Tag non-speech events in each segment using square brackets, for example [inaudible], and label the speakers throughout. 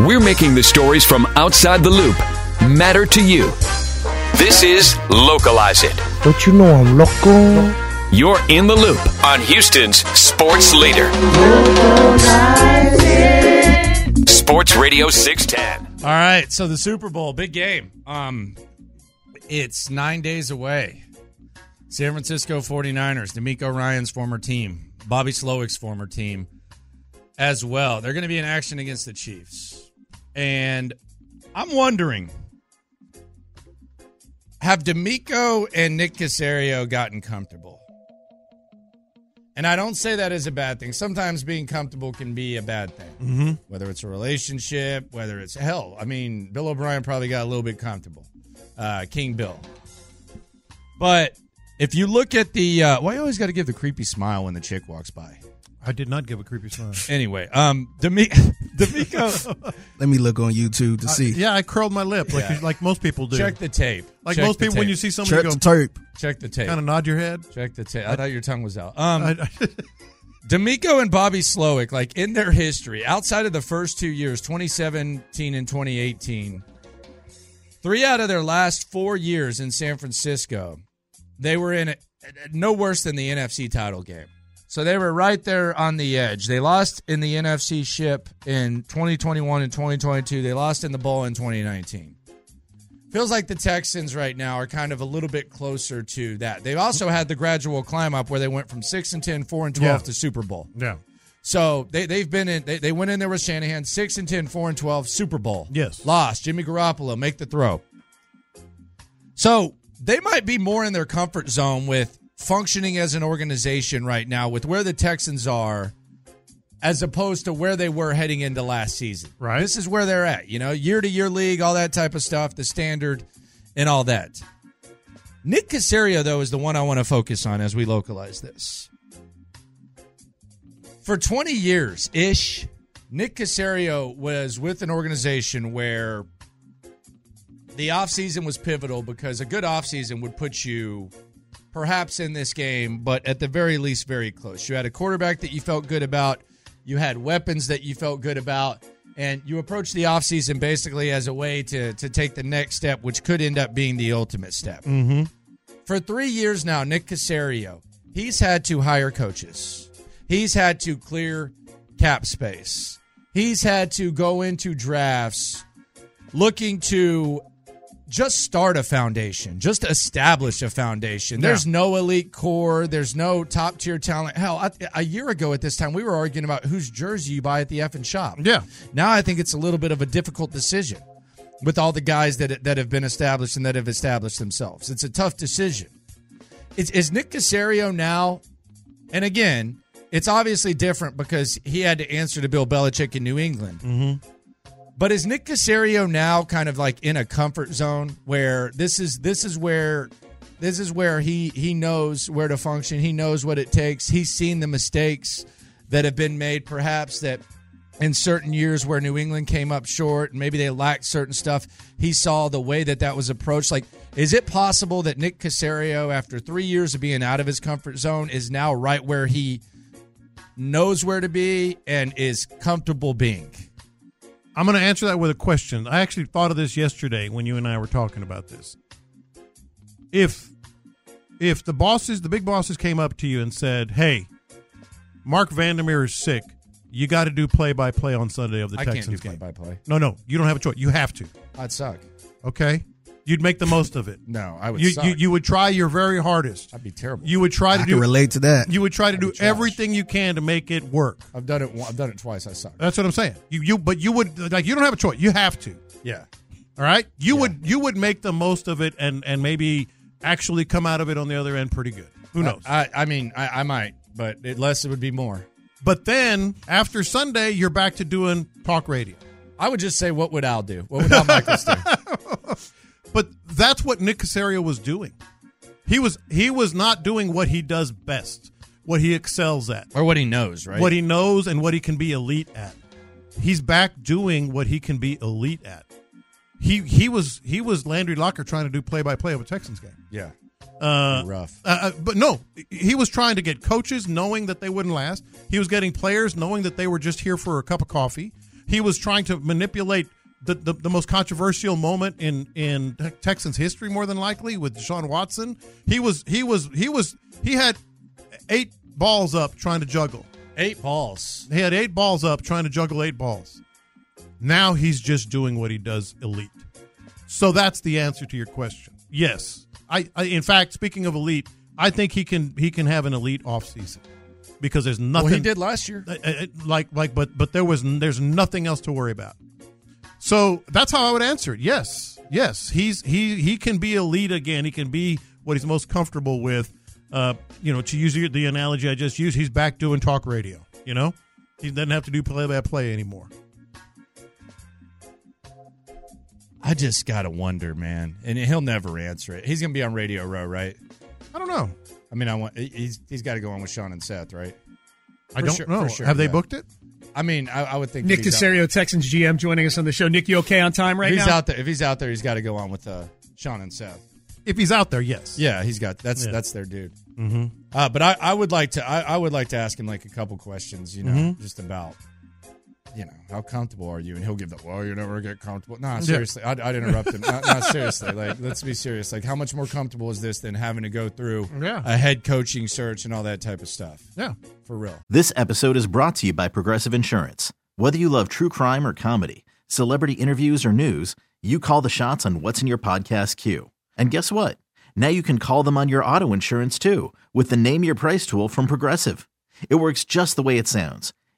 Speaker 1: We're making the stories from outside the loop matter to you. This is Localize It.
Speaker 2: Don't you know I'm loco?
Speaker 1: You're in the loop on Houston's sports leader. Sports Radio 610.
Speaker 3: All right, so the Super Bowl, big game. Um it's 9 days away. San Francisco 49ers, D'Amico Ryan's former team, Bobby Slowick's former team as well. They're going to be in action against the Chiefs. And I'm wondering have D'Amico and Nick Casario gotten comfortable? And I don't say that is a bad thing. Sometimes being comfortable can be a bad thing, mm-hmm. whether it's a relationship, whether it's hell. I mean, Bill O'Brien probably got a little bit comfortable, uh, King Bill. But if you look at the, uh, why you always got to give the creepy smile when the chick walks by?
Speaker 4: I did not give a
Speaker 3: [laughs]
Speaker 4: creepy smile.
Speaker 3: Anyway, um, D'Ami- [laughs]
Speaker 4: [laughs]
Speaker 3: D'Amico,
Speaker 5: Let me look on YouTube to see.
Speaker 4: Yeah, I curled my lip like
Speaker 3: Yeah.
Speaker 4: like most people do.
Speaker 3: check the tape.
Speaker 4: like
Speaker 3: Check
Speaker 4: most
Speaker 3: the
Speaker 4: people, when
Speaker 3: tape.
Speaker 4: you see somebody
Speaker 5: Church
Speaker 4: go,
Speaker 5: tape.
Speaker 3: check the tape,
Speaker 4: kind of nod your head. [laughs]
Speaker 3: check the tape. I thought your tongue was out. Um,
Speaker 4: I, I-
Speaker 3: D'Amico and Bobby Slowick, like in their history, outside of the first two years, 2017 and 2018, three out of their last four years in San Francisco, they were in it no worse than the NFC title game. So they were right there on the edge. They lost in the NFC ship in 2021 and 2022. They lost in the bowl in 2019. Feels like the Texans right now are kind of a little bit closer to that. They've also had the gradual climb up where they went from 6 and 10, 4 and 12
Speaker 4: Yeah.
Speaker 3: to Super Bowl.
Speaker 4: yeah.
Speaker 3: So they, they've been in, they, they went in there with Shanahan, 6 and 10, 4 and 12, Super Bowl.
Speaker 4: Yes.
Speaker 3: Lost. Jimmy Garoppolo, make the throw. So they might be more in their comfort zone with functioning as an organization right now with where the Texans are as opposed to where they were heading into last season.
Speaker 4: Right.
Speaker 3: This is where they're at, you know, year to year league, all that type of stuff, the standard and all that. Nick Casario, though, is the one I want to focus on as we localize this. For 20 years ish, Nick Casario was with an organization where the offseason was pivotal because a good offseason would put you perhaps in this game, but at the very least, very close. You had a quarterback that you felt good about, you had weapons that you felt good about, and you approached the offseason basically as a way to, to take the next step, which could end up being the ultimate step. Mm-hmm. For three years now, Nick Casario, he's had to hire coaches, he's had to clear cap space, he's had to go into drafts looking to just start a foundation, just establish a foundation. There's no elite core, there's no top tier talent. Hell, I, a year ago at this time, we were arguing about whose jersey you buy at the effing shop.
Speaker 4: Yeah.
Speaker 3: Now I think it's a little bit of a difficult decision with all the guys that that have been established and that have established themselves. It's a tough decision. Is, is Nick Casario now? And again, it's obviously different because he had to answer to Bill Belichick in New England. But is Nick Casario now kind of like in a comfort zone where this is this is where this is where he he knows where to function. He knows what it takes. He's seen the mistakes that have been made, perhaps that in certain years where New England came up short and maybe they lacked certain stuff. He saw the way that that was approached. Like, is it possible that Nick Casario, after three years of being out of his comfort zone, is now right where he knows where to be and is comfortable being?
Speaker 4: I'm going to answer that with a question. I actually thought of this yesterday when you and I were talking about this. If if the bosses, the big bosses came up to you and said, "Hey, Mark Vandermeer is sick. You got to do play-by-play on Sunday of the
Speaker 3: I can't
Speaker 4: Texans
Speaker 3: do
Speaker 4: game."
Speaker 3: play by play.
Speaker 4: No, no, you don't have a choice. You have to.
Speaker 3: I'd suck.
Speaker 4: Okay? You'd make the most of it.
Speaker 3: No, I would
Speaker 4: You,
Speaker 3: suck.
Speaker 4: you you would try your very hardest.
Speaker 3: I'd be terrible.
Speaker 4: You would try to
Speaker 5: I
Speaker 4: do
Speaker 5: can relate to that.
Speaker 4: You would try to do
Speaker 3: trash.
Speaker 4: everything you can to make it work.
Speaker 3: I've done it. on- I've done it twice. I suck.
Speaker 4: That's what I'm saying. You you but you would like you don't have a choice. You have to.
Speaker 3: Yeah.
Speaker 4: All right? You would you would make the most of it and and maybe actually come out of it on the other end pretty good. Who knows?
Speaker 3: I, I mean, I, I might, but it, less it would be more.
Speaker 4: but then after Sunday you're back to doing talk radio.
Speaker 3: I would just say, what would Al do? [laughs] What would Al Michaels do?
Speaker 4: But that's what Nick Casario was doing. He was he was not doing what he does best, what he excels at,
Speaker 3: Or what he knows, right?
Speaker 4: what he knows and what he can be elite at. He's back doing what he can be elite at. He he was he was Landry Locker trying to do play by play of a Texans game.
Speaker 3: yeah.
Speaker 4: Uh,
Speaker 3: Rough.
Speaker 4: Uh, uh, but no, he was trying to get coaches knowing that they wouldn't last. He was getting players knowing that they were just here for a cup of coffee. He was trying to manipulate the, the, the most controversial moment in in Texans history, more than likely with Deshaun Watson. He was he was he was he had eight balls up trying to juggle.
Speaker 3: Eight balls.
Speaker 4: He had eight balls up trying to juggle eight balls. Now he's just doing what he does elite. So that's the answer to your question. Yes. I, I in fact, speaking of elite, I think he can he can have an elite offseason because there's nothing
Speaker 3: Well, he did last year.
Speaker 4: uh, uh, like like but but there was there's nothing else to worry about. So that's how I would answer it. Yes, yes, he's he he can be elite again. He can be what he's most comfortable with. Uh, you know, to use the the analogy I just used, he's back doing talk radio. You know, he doesn't have to do play by play anymore.
Speaker 3: I just gotta wonder, man. And he'll never answer it. He's gonna be on Radio Row, right?
Speaker 4: I don't know.
Speaker 3: I mean, I want he- he's he's got to go on with Sean and Seth, right?
Speaker 4: I
Speaker 3: For
Speaker 4: don't
Speaker 3: sure-
Speaker 4: know.
Speaker 3: for sure,
Speaker 4: have they
Speaker 3: yeah.
Speaker 4: booked it?
Speaker 3: I mean, I, I would think
Speaker 6: Nick
Speaker 3: if he's out-
Speaker 6: Casario, Texans GM, joining us on the show. Nick, you okay on time
Speaker 3: If
Speaker 6: right
Speaker 3: he's
Speaker 6: now?
Speaker 3: out there, if he's out there, he's got to go on with uh, Sean and Seth.
Speaker 4: If he's out there, yes.
Speaker 3: Yeah, he's got that's
Speaker 4: Yeah.
Speaker 3: that's their dude. Mm-hmm. Uh, but I, I would like to I, I would like to ask him like a couple questions, you know,
Speaker 4: Mm-hmm.
Speaker 3: just about you know how comfortable are you? And he'll give the well, you're never gonna get comfortable. No, seriously, I'd, I'd interrupt him. no, no, seriously, like let's be serious. Like how much more comfortable is this than having to go through
Speaker 4: Yeah.
Speaker 3: a head coaching search and all that type of stuff?
Speaker 4: Yeah.
Speaker 3: For real.
Speaker 7: This episode is brought to you by Progressive Insurance. Whether you love true crime or comedy, celebrity interviews or news, you call the shots on what's in your podcast queue. And guess what? Now you can call them on your auto insurance too with the Name Your Price tool from Progressive. It works just the way it sounds.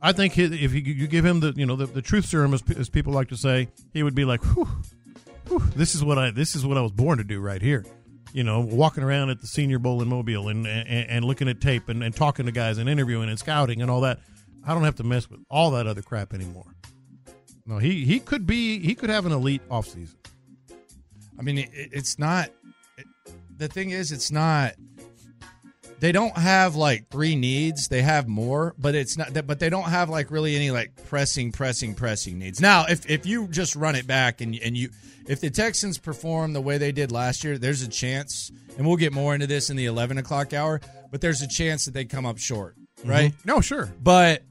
Speaker 4: I think he, if you, you give him the you know the, the truth serum as, pe- as people like to say, he would be like, whew, whew, this is what I this is what I was born to do right here. You know, walking around at the Senior Bowl in Mobile and and, and looking at tape and, and talking to guys and interviewing and scouting and all that. I don't have to mess with all that other crap anymore. No, he he could be he could have an elite offseason.
Speaker 3: I mean, it, it's not. It, the thing is, it's not. they don't have like three needs. They have more, but it's not. But they don't have like really any like pressing, pressing, pressing needs. Now, if if you just run it back and and you if the Texans perform the way they did last year, there's a chance, and we'll get more into this in the eleven o'clock hour. But there's a chance that they come up short, right?
Speaker 4: No, sure.
Speaker 3: But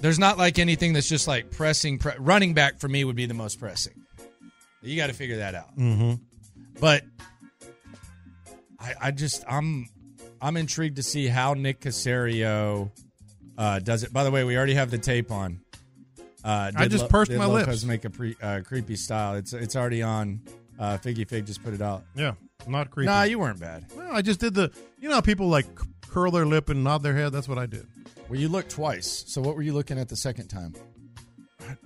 Speaker 3: there's not like anything that's just like pressing. Pre- running back for me would be the most pressing. You got to figure that out.
Speaker 4: Mm-hmm.
Speaker 3: But I, I just I'm I'm intrigued to see how Nick Casario uh, does it. By the way, we already have the tape on. Uh,
Speaker 4: I just
Speaker 3: Lo-
Speaker 4: pursed
Speaker 3: did
Speaker 4: my
Speaker 3: Lopez
Speaker 4: lips.
Speaker 3: Make a pre- uh, creepy style. It's it's already on. Uh, Figgy Fig just put it out.
Speaker 4: Yeah, not creepy.
Speaker 3: Nah, you weren't bad.
Speaker 4: No, I just did the. You know, how people like c- curl their lip and nod their head. That's what I did.
Speaker 3: Well, you looked twice. So what were you looking at the second time?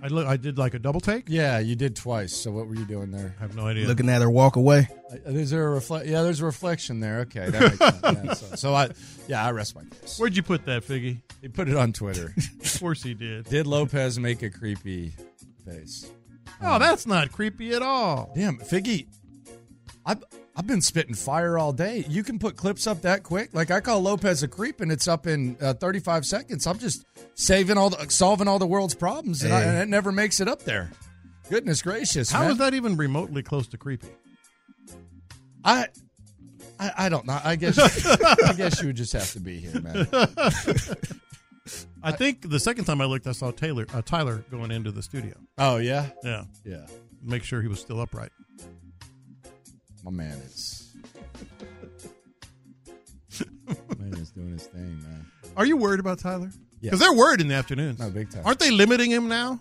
Speaker 4: I look. I did like a double take.
Speaker 3: Yeah, you did twice. So what were you doing there?
Speaker 4: I have no idea.
Speaker 5: Looking at her walk away.
Speaker 3: Uh, Is there a reflect? Yeah, there's a reflection there. Okay, that makes sense. Yeah, [laughs] so, so I, yeah, I rest my case.
Speaker 4: Where'd you put that, Figgy?
Speaker 3: He put it on Twitter.
Speaker 4: Of course
Speaker 3: [laughs]
Speaker 4: he did.
Speaker 3: Did Lopez make a creepy face?
Speaker 4: Oh, that's not creepy at all.
Speaker 3: Damn, Figgy, I've I've been spitting fire all day. You can put clips up that quick. Like I call Lopez a creep, and it's up in uh, 35 seconds. I'm just saving all the solving all the world's problems, and, I,
Speaker 5: Hey.
Speaker 3: and it never makes it up there. Goodness gracious,
Speaker 4: How
Speaker 3: man.
Speaker 4: is that even remotely close to creepy?
Speaker 3: I, I, I don't know. I guess [laughs] I guess you would just have to be here, [laughs] man.
Speaker 4: I think the second time I looked, I saw Taylor uh, Tyler going into the studio.
Speaker 3: Oh yeah,
Speaker 4: Yeah,
Speaker 3: yeah.
Speaker 4: make sure he was still upright.
Speaker 3: My man is. [laughs] man is doing his thing, man.
Speaker 4: Are you worried about Tyler?
Speaker 3: Yeah.
Speaker 4: Because they're worried in the afternoons.
Speaker 3: No, big time.
Speaker 4: Aren't they limiting him now?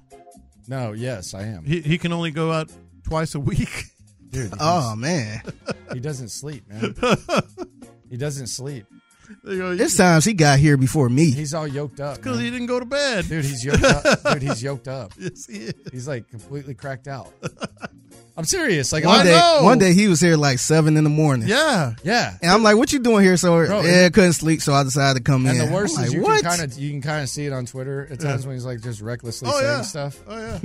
Speaker 3: No, yes, I am.
Speaker 4: He, he can only go out twice a week. [laughs]
Speaker 3: Dude,
Speaker 5: Oh man,
Speaker 3: he doesn't sleep, man. He doesn't sleep.
Speaker 4: They go,
Speaker 5: this time she got here before me.
Speaker 3: He's all yoked up.
Speaker 4: because
Speaker 3: man.
Speaker 4: he didn't go to bed.
Speaker 3: Dude, he's
Speaker 5: [laughs]
Speaker 3: yoked up. Dude, he's yoked up.
Speaker 4: [laughs] Yes, he is.
Speaker 3: He's like completely cracked out. I'm serious. Like
Speaker 5: One
Speaker 3: I
Speaker 5: day,
Speaker 3: know.
Speaker 5: one day he was here like seven in the morning.
Speaker 4: Yeah.
Speaker 3: Yeah.
Speaker 5: And I'm like, "What you doing here?" So
Speaker 3: Bro,
Speaker 5: yeah, couldn't sleep, so I decided to come
Speaker 3: And
Speaker 5: in.
Speaker 3: the worst
Speaker 5: I'm
Speaker 3: is
Speaker 5: like,
Speaker 3: you
Speaker 5: what?
Speaker 3: can kind of you can kind of see it on Twitter at times when he's like just recklessly
Speaker 4: Oh
Speaker 3: saying
Speaker 4: yeah.
Speaker 3: stuff.
Speaker 4: Oh yeah.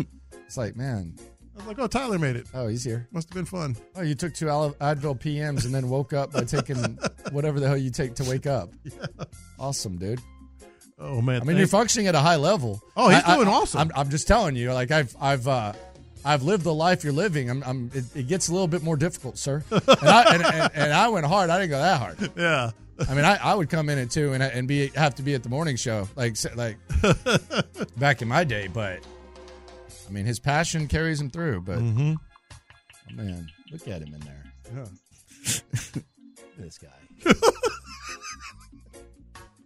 Speaker 3: It's like, man,
Speaker 4: I was like, oh, Tyler made it.
Speaker 3: oh, he's here.
Speaker 4: Must have been fun.
Speaker 3: Oh, you took two Al- Advil PMs and then woke up by taking whatever the hell you take to wake up. Awesome, dude.
Speaker 4: Oh man.
Speaker 3: I mean, you're
Speaker 4: thank-
Speaker 3: functioning at a high level.
Speaker 4: Oh, he's
Speaker 3: I- I-
Speaker 4: doing awesome.
Speaker 3: I'm, I'm just telling you, like I've, I've, uh, I've lived the life you're living. I'm, I'm it, it gets a little bit more difficult, sir. And I, and, and, and I went hard. I didn't go that hard.
Speaker 4: Yeah.
Speaker 3: I mean, I, I would come in at two and and be have to be at the morning show, like s-
Speaker 4: [laughs]
Speaker 3: like back in my day. But I mean, his passion carries him through. But
Speaker 4: Mm-hmm.
Speaker 3: oh, man, look at him in there. Look at [laughs] this guy. [laughs]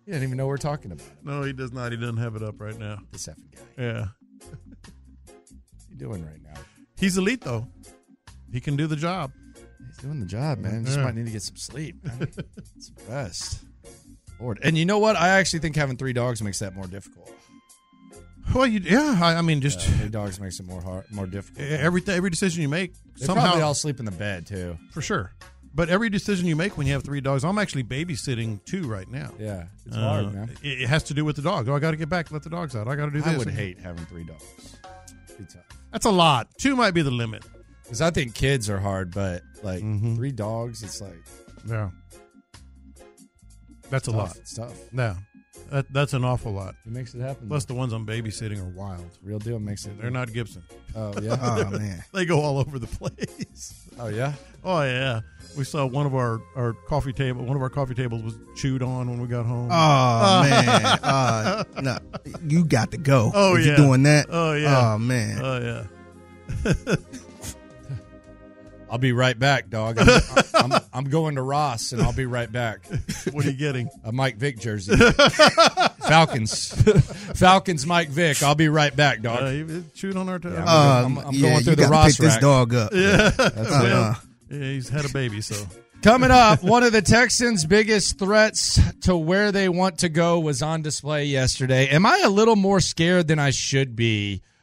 Speaker 3: he didn't even know we're talking about him,
Speaker 4: No, he does not. He doesn't have it up right now.
Speaker 3: this effing guy.
Speaker 4: Yeah.
Speaker 3: What's he doing right now?
Speaker 4: He's elite though. He can do the job.
Speaker 3: He's doing the job, man. Just
Speaker 4: Yeah.
Speaker 3: might need to get some sleep. Man. some rest. Lord. And you know what? I actually think having three dogs makes that more
Speaker 4: [laughs]
Speaker 3: difficult.
Speaker 4: Well, you yeah. I, I mean, just
Speaker 3: Three dogs makes it more hard, more difficult.
Speaker 4: every every decision you make
Speaker 3: they
Speaker 4: somehow
Speaker 3: probably all sleep in the bed too.
Speaker 4: for sure. But every decision you make when you have three dogs, I'm actually babysitting two right now.
Speaker 3: Yeah, it's
Speaker 4: Uh,
Speaker 3: hard, man.
Speaker 4: It, it has to do with the dog. Oh, I got to get back. Let the dogs out. I got to do this.
Speaker 3: I would hate having three dogs. Be tough.
Speaker 4: That's a lot. Two might be the limit.
Speaker 3: Because I think kids are hard, but like
Speaker 4: Mhm.
Speaker 3: three dogs, it's like
Speaker 4: Yeah. That's a
Speaker 3: tough.
Speaker 4: lot.
Speaker 3: It's tough.
Speaker 4: Yeah. That, that's an awful lot.
Speaker 3: It makes it happen.
Speaker 4: Plus, the ones I'm babysitting are wild.
Speaker 3: Real deal makes it.
Speaker 4: They're not Gibson. [laughs]
Speaker 3: Oh [laughs] yeah.
Speaker 5: Oh man,
Speaker 4: They go all over the place. [laughs]
Speaker 3: oh yeah.
Speaker 4: Oh yeah. We saw one of our, our coffee table. One of our coffee tables was chewed on when we got home. [laughs]
Speaker 5: oh man, uh, no, you got to go.
Speaker 4: Oh,
Speaker 5: if
Speaker 4: yeah.
Speaker 5: you're doing that.
Speaker 4: Oh, yeah.
Speaker 5: oh man.
Speaker 4: Oh, yeah.
Speaker 3: I'll be right back, dog. I'm, I'm, I'm going to Ross, and I'll be right back.
Speaker 4: What are you getting?
Speaker 3: a Mike Vick [laughs] jersey. Falcons. Falcons Mike Vick. I'll be right back, dog.
Speaker 4: Uh, he chewed on our table.
Speaker 3: Uh, Yeah.
Speaker 5: Um,
Speaker 3: I'm- I'm
Speaker 5: yeah,
Speaker 3: going through
Speaker 5: you
Speaker 3: the
Speaker 5: gotta
Speaker 3: Ross
Speaker 5: pick this
Speaker 3: rack.
Speaker 5: dog up. uh,
Speaker 4: Well, yeah, he's had a baby, so
Speaker 3: Coming up, one of the Texans' biggest threats to where they want to go was on display yesterday. Am I a little more scared than I should be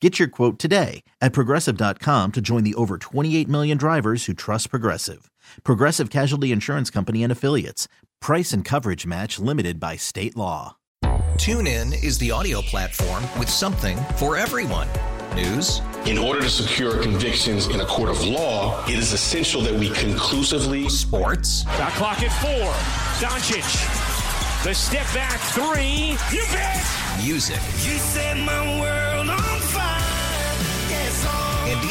Speaker 7: Get your quote today at progressive.com to join the over 28 million drivers who trust Progressive. Progressive Casualty Insurance Company and Affiliates. Price and coverage match limited by state law.
Speaker 8: TuneIn is the audio platform with something for everyone. News.
Speaker 9: In order to secure convictions in a court of law, it is essential that we conclusively.
Speaker 8: Sports.
Speaker 10: The clock at four. Doncic. The step back three. You bet.
Speaker 8: Music.
Speaker 10: You set my world on fire.
Speaker 8: Yes, and